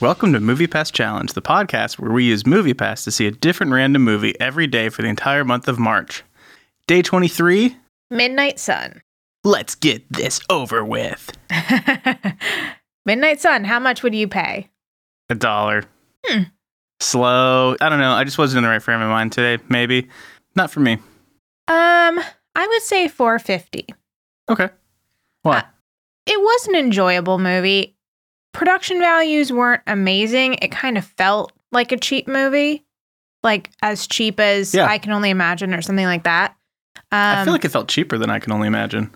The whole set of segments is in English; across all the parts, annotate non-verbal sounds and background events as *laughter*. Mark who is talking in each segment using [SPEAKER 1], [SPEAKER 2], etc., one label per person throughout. [SPEAKER 1] Welcome to Movie Pass Challenge, the podcast where we use Movie Pass to see a different random movie every day for the entire month of March. Day 23,
[SPEAKER 2] Midnight Sun. *laughs*
[SPEAKER 1] let's get this over with.
[SPEAKER 2] Midnight Sun, how much would you pay?
[SPEAKER 1] A dollar.
[SPEAKER 2] Hmm.
[SPEAKER 1] Slow. I don't know. I just wasn't in the right frame of mind today, maybe. Not for me.
[SPEAKER 2] Um, I would say 450.
[SPEAKER 1] Okay. Why?
[SPEAKER 2] Uh, It was an enjoyable movie. Production values weren't amazing. It kind of felt like a cheap movie. Like as cheap as
[SPEAKER 1] Yeah.
[SPEAKER 2] I can only imagine or something like that. Um,
[SPEAKER 1] I feel like it felt cheaper than I can only imagine.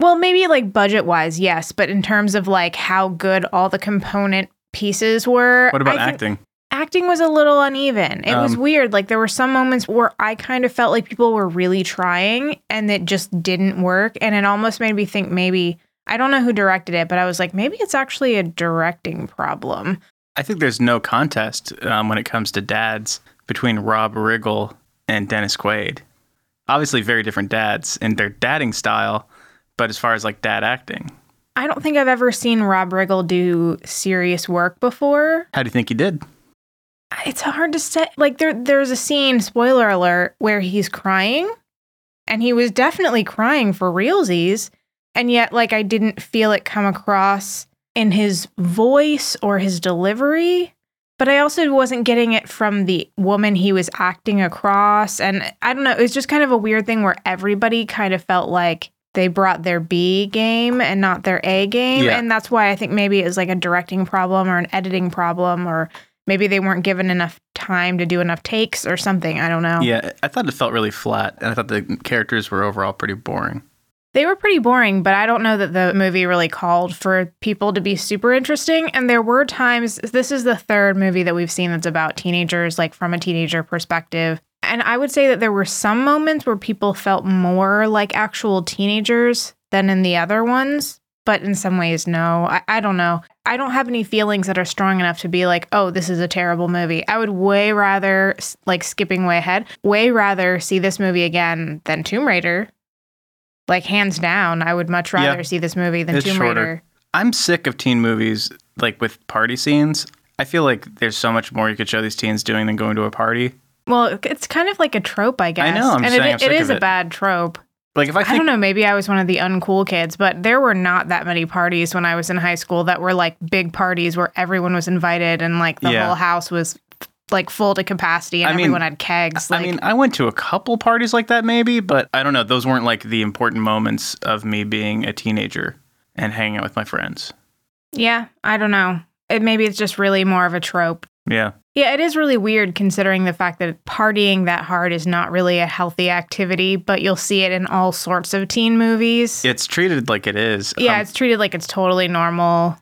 [SPEAKER 2] Well, maybe like budget wise, yes, but in terms of like how good all the component pieces were.
[SPEAKER 1] What about
[SPEAKER 2] I think
[SPEAKER 1] acting?
[SPEAKER 2] acting was a little uneven. It was
[SPEAKER 1] Um,
[SPEAKER 2] weird. Like there were some moments where I kind of felt like people were really trying and it just didn't work. And it almost made me think maybe I don't know who directed it, but I was like, maybe it's actually a directing problem.
[SPEAKER 1] I think there's no contest um, when it comes to dads between Rob Riggle and Dennis Quaid. Obviously, very different dads in their dadding style, but as far as like dad acting,
[SPEAKER 2] I don't think I've ever seen Rob Riggle do serious work before.
[SPEAKER 1] how do you think he did?
[SPEAKER 2] It's hard to say. Like there there's a scene, spoiler alert, where he's crying and he was definitely crying for realsies. And yet, like, I didn't feel it come across in his voice or his delivery. But I also wasn't getting it from the woman he was acting across. And I don't know, it was just kind of a weird thing where everybody kind of felt like they brought their B game and not their A game.
[SPEAKER 1] Yeah.
[SPEAKER 2] And that's why I think maybe it was like a directing problem or an editing problem, or maybe they weren't given enough time to do enough takes or something. I don't know.
[SPEAKER 1] Yeah, I thought it felt really flat, and I thought the characters were overall pretty boring.
[SPEAKER 2] They were pretty boring, but I don't know that the movie really called for people to be super interesting. And there were times, this is the third movie that we've seen that's about teenagers, like from a teenager perspective. And I would say that there were some moments where people felt more like actual teenagers than in the other ones. But in some ways, no. I, I don't know. I don't have any feelings that are strong enough to be like, oh, this is a terrible movie. I would way rather, s- like skipping way ahead, way rather see this movie again than Tomb Raider. Like, hands down, I would much
[SPEAKER 1] Yeah.
[SPEAKER 2] rather see this movie than
[SPEAKER 1] It's
[SPEAKER 2] Tomb
[SPEAKER 1] shorter.
[SPEAKER 2] Raider.
[SPEAKER 1] I'm sick of teen movies like with party scenes. I feel like there's so much more you could show these teens doing than going to a party.
[SPEAKER 2] Well, it's kind of like a trope, I guess.
[SPEAKER 1] know, I'm
[SPEAKER 2] and
[SPEAKER 1] saying I'm
[SPEAKER 2] it,
[SPEAKER 1] sick
[SPEAKER 2] it is
[SPEAKER 1] of
[SPEAKER 2] a
[SPEAKER 1] it.
[SPEAKER 2] bad trope.
[SPEAKER 1] Like if I
[SPEAKER 2] I
[SPEAKER 1] think
[SPEAKER 2] don't know. Maybe I was one of the uncool kids, but there were not that many parties when I was in high school that were like big parties where everyone was invited and like the
[SPEAKER 1] Yeah.
[SPEAKER 2] whole house was like full to capacity and
[SPEAKER 1] I mean-
[SPEAKER 2] everyone had kegs. Like,
[SPEAKER 1] I mean, I went to a couple parties like that, maybe, but I don't know. Those weren't like the important moments of me being a teenager and hanging out with my friends.
[SPEAKER 2] yeah, I don't know. It, maybe it's just really more of a trope.
[SPEAKER 1] Yeah.
[SPEAKER 2] Yeah, it is really weird considering the fact that partying that hard is not really a healthy activity, but you'll see it in all sorts of teen movies.
[SPEAKER 1] It's treated like it is.
[SPEAKER 2] Yeah,
[SPEAKER 1] Um,
[SPEAKER 2] it's treated like it's totally normal.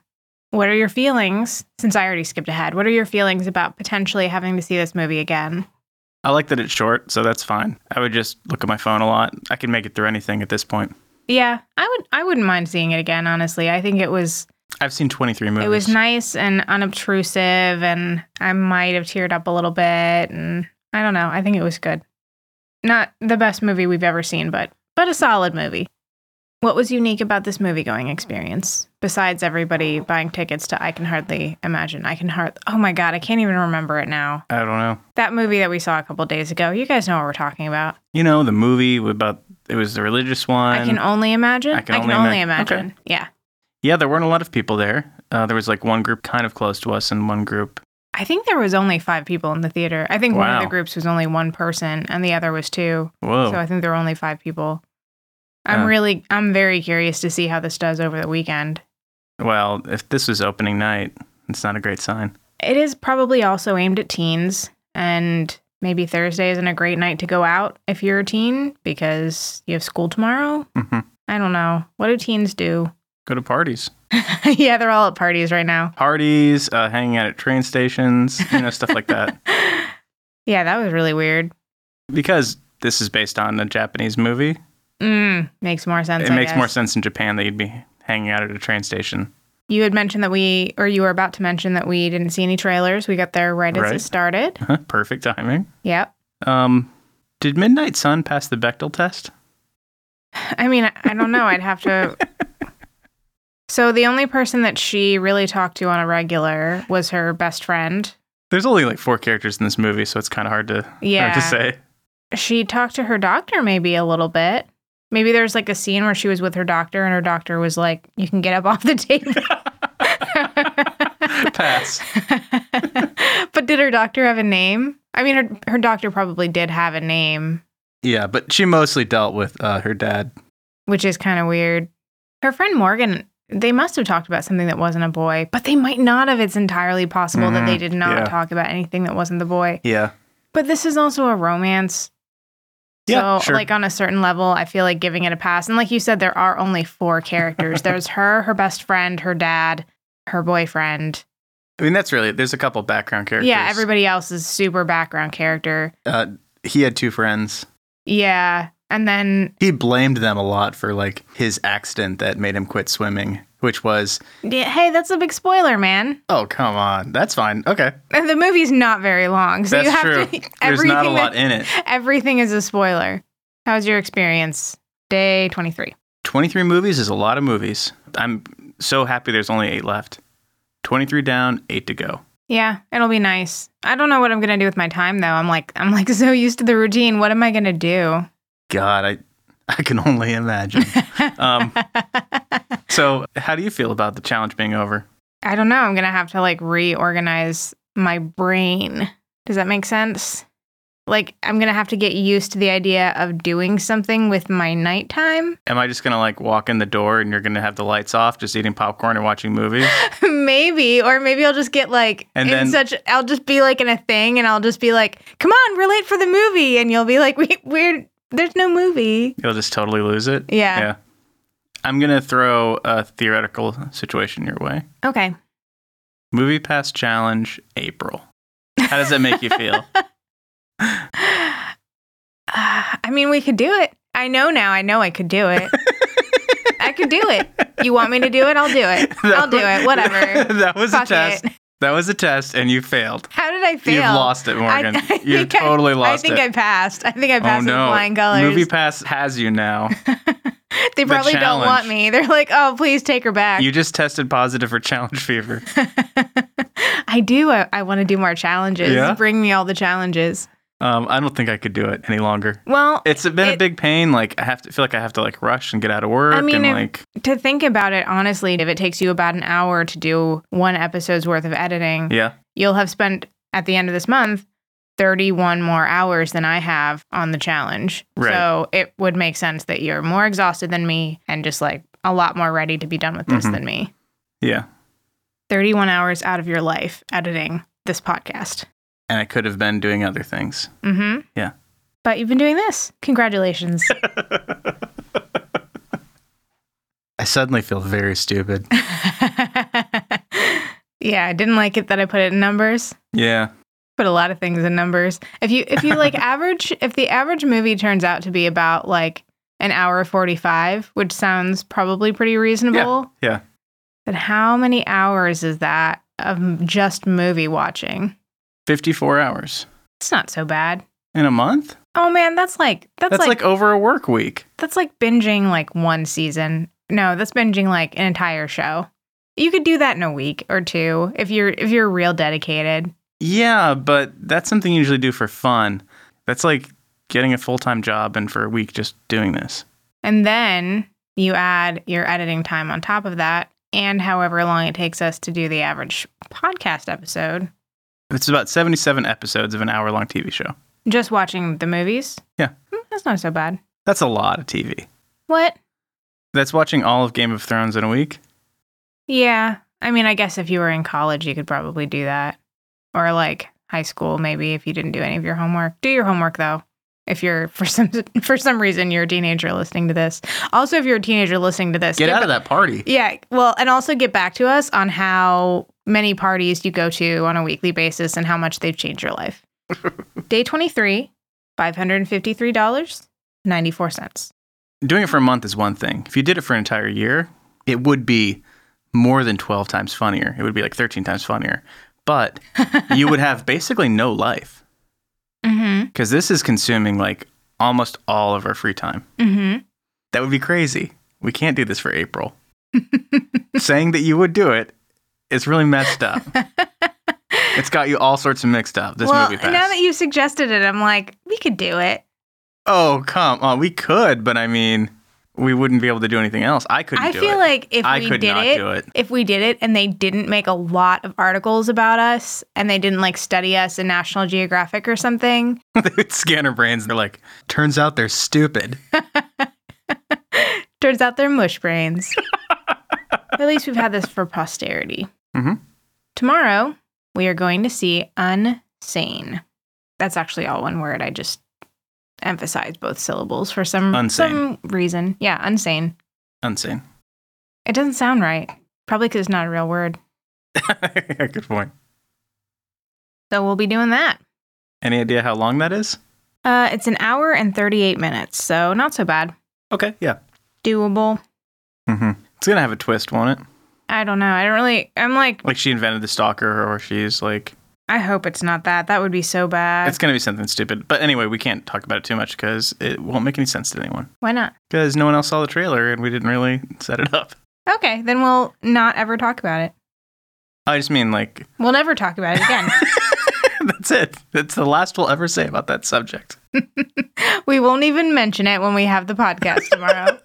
[SPEAKER 2] What are your feelings? Since I already skipped ahead, what are your feelings about potentially having to see this movie again?
[SPEAKER 1] I like that it's short, so that's fine. I would just look at my phone a lot. I can make it through anything at this point.
[SPEAKER 2] Yeah, I would I wouldn't mind seeing it again, honestly. I think it was
[SPEAKER 1] I've seen 23 movies.
[SPEAKER 2] it was nice and unobtrusive and I might have teared up a little bit and I don't know, I think it was good. Not the best movie we've ever seen, but but a solid movie. What was unique about this movie going experience besides everybody buying tickets to I Can Hardly Imagine? I Can Hard Oh my god, I can't even remember it now.
[SPEAKER 1] I don't know.
[SPEAKER 2] That movie that we saw a couple days ago. You guys know what we're talking about.
[SPEAKER 1] You know, the movie about it was the religious one.
[SPEAKER 2] I can only imagine.
[SPEAKER 1] I Can Only Ima-
[SPEAKER 2] imagine.
[SPEAKER 1] Okay.
[SPEAKER 2] Yeah.
[SPEAKER 1] yeah, there weren't a lot of people there. Uh, there was like one group kind of close to us and one group.
[SPEAKER 2] I think there was only five people in the theater. I think one of
[SPEAKER 1] Wow.
[SPEAKER 2] the groups was only one person and the other was two.
[SPEAKER 1] Whoa.
[SPEAKER 2] So I think there were only five people. I'm
[SPEAKER 1] Uh.
[SPEAKER 2] really I'm very curious to see how this does over the weekend.
[SPEAKER 1] well, if this was opening night, it's not a great sign.
[SPEAKER 2] It is probably also aimed at teens and maybe Thursday isn't a great night to go out if you're a teen because you have school tomorrow.
[SPEAKER 1] hmm
[SPEAKER 2] I don't know. What do teens do? *laughs*
[SPEAKER 1] Go to parties.
[SPEAKER 2] yeah, they're all at parties right now. *sighs*
[SPEAKER 1] parties, uh, hanging out at train stations, you know, stuff like
[SPEAKER 2] *laughs*
[SPEAKER 1] that.
[SPEAKER 2] Yeah, that was really weird.
[SPEAKER 1] Because this is based on a Japanese movie,
[SPEAKER 2] Mm, makes more sense.
[SPEAKER 1] it
[SPEAKER 2] I
[SPEAKER 1] makes
[SPEAKER 2] guess.
[SPEAKER 1] more sense in Japan that you'd be hanging out at a train station. *laughs*
[SPEAKER 2] You had mentioned that we, or you were about to mention that we didn't see any trailers. We got there right, as
[SPEAKER 1] Right.
[SPEAKER 2] it started.
[SPEAKER 1] Perfect timing.
[SPEAKER 2] Yep.
[SPEAKER 1] Um, did Midnight Sun pass the Bechtel test? *laughs*
[SPEAKER 2] I mean, I I don't know. I'd have to. So the only person that she really talked to on a regular was her best friend.
[SPEAKER 1] There's only like four characters in this movie, so it's kind of hard to
[SPEAKER 2] Yeah.
[SPEAKER 1] hard to Oh, say. *laughs*
[SPEAKER 2] She talked to her doctor maybe a little bit. Maybe there's like a scene where she was with her doctor and her doctor was like, "You can get up off the table."
[SPEAKER 1] *laughs* Pass.
[SPEAKER 2] *laughs* but did her doctor have a name? I mean, her her doctor probably did have a name,
[SPEAKER 1] Yeah, but she mostly dealt with uh, her dad.
[SPEAKER 2] which is kind of weird. Her friend Morgan, they must have talked about something that wasn't a boy, but they might not have. It's entirely possible that they
[SPEAKER 1] Mhm,
[SPEAKER 2] did not
[SPEAKER 1] yeah.
[SPEAKER 2] talk about anything that wasn't the boy.
[SPEAKER 1] Yeah.
[SPEAKER 2] But this is also a romance.
[SPEAKER 1] Yeah,
[SPEAKER 2] so,
[SPEAKER 1] sure.
[SPEAKER 2] like uh, on a certain level, I feel like giving it a pass. And like you said, there are
[SPEAKER 1] *laughs*
[SPEAKER 2] only four characters. There's her, her best friend, her dad, her boyfriend.
[SPEAKER 1] I mean, that's really there's a couple background characters.
[SPEAKER 2] Yeah, everybody else is super background character.
[SPEAKER 1] Uh, he had two friends.
[SPEAKER 2] Yeah. And then
[SPEAKER 1] He blamed them a lot for like his accident that made him quit swimming, which was
[SPEAKER 2] Yeah, hey, that's a big spoiler, man.
[SPEAKER 1] oh come on, that's fine, okay,
[SPEAKER 2] And The movie's not very long, so
[SPEAKER 1] that's
[SPEAKER 2] you have
[SPEAKER 1] true.
[SPEAKER 2] to.
[SPEAKER 1] there's not a lot
[SPEAKER 2] that-
[SPEAKER 1] in it.
[SPEAKER 2] everything is a spoiler. How was your experience? Day twenty three.
[SPEAKER 1] 23 movies is a lot of movies. I'm so happy there's only eight left. 23 down, eight to go.
[SPEAKER 2] Yeah, it'll be nice. I don't know what I'm gonna do with my time though. I'm like, I'm like *laughs* so used to the routine. What am I gonna do? *laughs*
[SPEAKER 1] God, I *laughs* I can only imagine. um, so, how do you feel about the challenge being over?
[SPEAKER 2] I don't know. I'm gonna have to like reorganize my brain. Does that make sense? Like, I'm gonna have to get used to the idea of doing something with my nighttime.
[SPEAKER 1] Am I just gonna like walk in the door and you're gonna have the lights off, just eating popcorn and watching
[SPEAKER 2] *laughs*
[SPEAKER 1] movies?
[SPEAKER 2] maybe or maybe i'll just get like
[SPEAKER 1] And
[SPEAKER 2] in
[SPEAKER 1] then-
[SPEAKER 2] such i'll just be like in a thing and i'll just be like come on we're late for the movie and you'll be like we, we're there's no movie
[SPEAKER 1] You'll just totally lose it.
[SPEAKER 2] Yeah.
[SPEAKER 1] Yeah. I'm gonna throw a theoretical situation your way.
[SPEAKER 2] okay
[SPEAKER 1] Movie pass challenge, April. How does that make you
[SPEAKER 2] *laughs*
[SPEAKER 1] feel?
[SPEAKER 2] Ah, i mean we could do it i know now i know i could
[SPEAKER 1] *laughs*
[SPEAKER 2] do it i could do it you want me to do it i'll
[SPEAKER 1] *laughs*
[SPEAKER 2] do it i'll do it whatever
[SPEAKER 1] that was
[SPEAKER 2] Fuck
[SPEAKER 1] a test.
[SPEAKER 2] it.
[SPEAKER 1] That was a test, and you failed.
[SPEAKER 2] how did i fail
[SPEAKER 1] You've lost it, Morgan.
[SPEAKER 2] *laughs* I
[SPEAKER 1] You've
[SPEAKER 2] think I-
[SPEAKER 1] totally
[SPEAKER 2] i
[SPEAKER 1] lost
[SPEAKER 2] think i
[SPEAKER 1] it.
[SPEAKER 2] passed i think i
[SPEAKER 1] oh
[SPEAKER 2] passed
[SPEAKER 1] no!
[SPEAKER 2] with flying colors
[SPEAKER 1] Movie pass has you
[SPEAKER 2] *laughs*
[SPEAKER 1] now.
[SPEAKER 2] they probably don't
[SPEAKER 1] challenge.
[SPEAKER 2] want me they're like oh please take her back
[SPEAKER 1] you just tested positive for challenge fever.
[SPEAKER 2] I do. I, I want to do more challenges.
[SPEAKER 1] Yeah?
[SPEAKER 2] Bring me all the challenges.
[SPEAKER 1] Um, I don't think I could do it any longer.
[SPEAKER 2] Well,
[SPEAKER 1] It's been a
[SPEAKER 2] It-
[SPEAKER 1] big pain. Like I have to feel like I have to like rush and get out of work.
[SPEAKER 2] I mean,
[SPEAKER 1] and
[SPEAKER 2] it-
[SPEAKER 1] like
[SPEAKER 2] to think about it, honestly, if it takes you about an hour to do one episode's worth of editing,
[SPEAKER 1] yeah,
[SPEAKER 2] you'll have spent at the end of this month 31 more hours than I have on the challenge.
[SPEAKER 1] Right.
[SPEAKER 2] So it would make sense that you're more exhausted than me and just like a lot more ready to be done with this
[SPEAKER 1] Mhm.
[SPEAKER 2] than me.
[SPEAKER 1] yeah.
[SPEAKER 2] 31 hours out of your life editing this podcast.
[SPEAKER 1] And I could have been doing other things.
[SPEAKER 2] Mm-hmm.
[SPEAKER 1] Yeah.
[SPEAKER 2] But you've been doing this. Congratulations.
[SPEAKER 1] I suddenly feel very stupid.
[SPEAKER 2] *laughs* yeah, I didn't like it that I put it in numbers.
[SPEAKER 1] yeah.
[SPEAKER 2] Put a lot of things in numbers. If you if you *laughs* like average if the average movie turns out to be about like an hour 45, which sounds probably pretty reasonable,
[SPEAKER 1] Yeah.
[SPEAKER 2] then how many hours is that of just movie watching?
[SPEAKER 1] 54 hours
[SPEAKER 2] It's not so bad.
[SPEAKER 1] in a month?
[SPEAKER 2] Oh man, that's like that's,
[SPEAKER 1] That's, like,
[SPEAKER 2] like
[SPEAKER 1] over a work week.
[SPEAKER 2] That's like binging like one season. No, that's binging like an entire show. You could do that in a week or two if you're if you're real dedicated.
[SPEAKER 1] Yeah, but that's something you usually do for fun. That's like getting a full time job and for a week just doing this.
[SPEAKER 2] And then you add your editing time on top of that and however long it takes us to do the average podcast episode.
[SPEAKER 1] It's about 77 episodes of an hour long TV show.
[SPEAKER 2] Just watching the movies.
[SPEAKER 1] Yeah.
[SPEAKER 2] Hmm, That's not so bad.
[SPEAKER 1] That's a lot of TV.
[SPEAKER 2] What?
[SPEAKER 1] That's watching all of Game of Thrones in a week.
[SPEAKER 2] Yeah. I mean, I guess if you were in college, you could probably do that. Or like high school, maybe if you didn't do any of your homework. Do your homework though. If you're *laughs* for some for some reason you're a teenager listening to this. Also, if you're a teenager listening to this,
[SPEAKER 1] Get out of that party.
[SPEAKER 2] Yeah. Well, and also get back to us on how many parties you go to on a weekly basis and how much they've changed your *laughs* life. Day 23, $553.94.
[SPEAKER 1] Doing it for a month is one thing. If you did it for an entire year, it would be more than 12 times funnier. It would be like 13 times funnier. *laughs* But you would have basically no life.
[SPEAKER 2] Mhm.
[SPEAKER 1] because this is consuming like almost all of our free time.
[SPEAKER 2] Mhm.
[SPEAKER 1] That would be crazy. We can't do this for April. *laughs* saying that you would do it is really messed
[SPEAKER 2] *laughs*
[SPEAKER 1] up. it's got you all sorts of mixed up. This
[SPEAKER 2] well,
[SPEAKER 1] movie pass.
[SPEAKER 2] now that you suggested it, I'm like, we could do it.
[SPEAKER 1] oh come on, we could, but I mean, we wouldn't be able to do anything else. I couldn't.
[SPEAKER 2] I
[SPEAKER 1] do
[SPEAKER 2] feel
[SPEAKER 1] it.
[SPEAKER 2] like if
[SPEAKER 1] I
[SPEAKER 2] we
[SPEAKER 1] could
[SPEAKER 2] did
[SPEAKER 1] not
[SPEAKER 2] it,
[SPEAKER 1] do it. *laughs*
[SPEAKER 2] if we did it and they didn't make a lot of articles about us and they didn't like study us in National Geographic or something,
[SPEAKER 1] they would scan our brains. And they're like, turns out they're
[SPEAKER 2] *laughs*
[SPEAKER 1] stupid.
[SPEAKER 2] turns out they're mush
[SPEAKER 1] *laughs*
[SPEAKER 2] brains. At least we've had this for posterity.
[SPEAKER 1] Mhm.
[SPEAKER 2] Tomorrow, we are going to see Unsane. That's actually all one word. I just emphasized both syllables for some,
[SPEAKER 1] Unsane.
[SPEAKER 2] some reason. Yeah, Unsane.
[SPEAKER 1] Unsane.
[SPEAKER 2] It doesn't sound right. Probably because it's not a real word.
[SPEAKER 1] *laughs* Good point.
[SPEAKER 2] So we'll be doing that.
[SPEAKER 1] Any idea how long that is?
[SPEAKER 2] Uh, it's an hour and 38 minutes, so not so bad.
[SPEAKER 1] Okay, yeah.
[SPEAKER 2] Doable.
[SPEAKER 1] hmm It's gonna have a twist, won't it?
[SPEAKER 2] I don't know. I don't really. I'm like,
[SPEAKER 1] Like she invented the stalker, or she's like,
[SPEAKER 2] I hope it's not that. That would be so bad.
[SPEAKER 1] it's gonna be something stupid. But anyway, we can't talk about it too much because it won't make any sense to anyone.
[SPEAKER 2] Why not?
[SPEAKER 1] Because no one else saw the trailer and we didn't really set it up.
[SPEAKER 2] Okay, then we'll not ever talk about it.
[SPEAKER 1] I just mean like *laughs*
[SPEAKER 2] We'll never talk about it again.
[SPEAKER 1] that's it. That's the last we'll ever say about that subject.
[SPEAKER 2] we won't even mention it when we have the podcast tomorrow.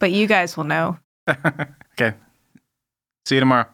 [SPEAKER 2] but you guys will know.
[SPEAKER 1] okay. See you tomorrow.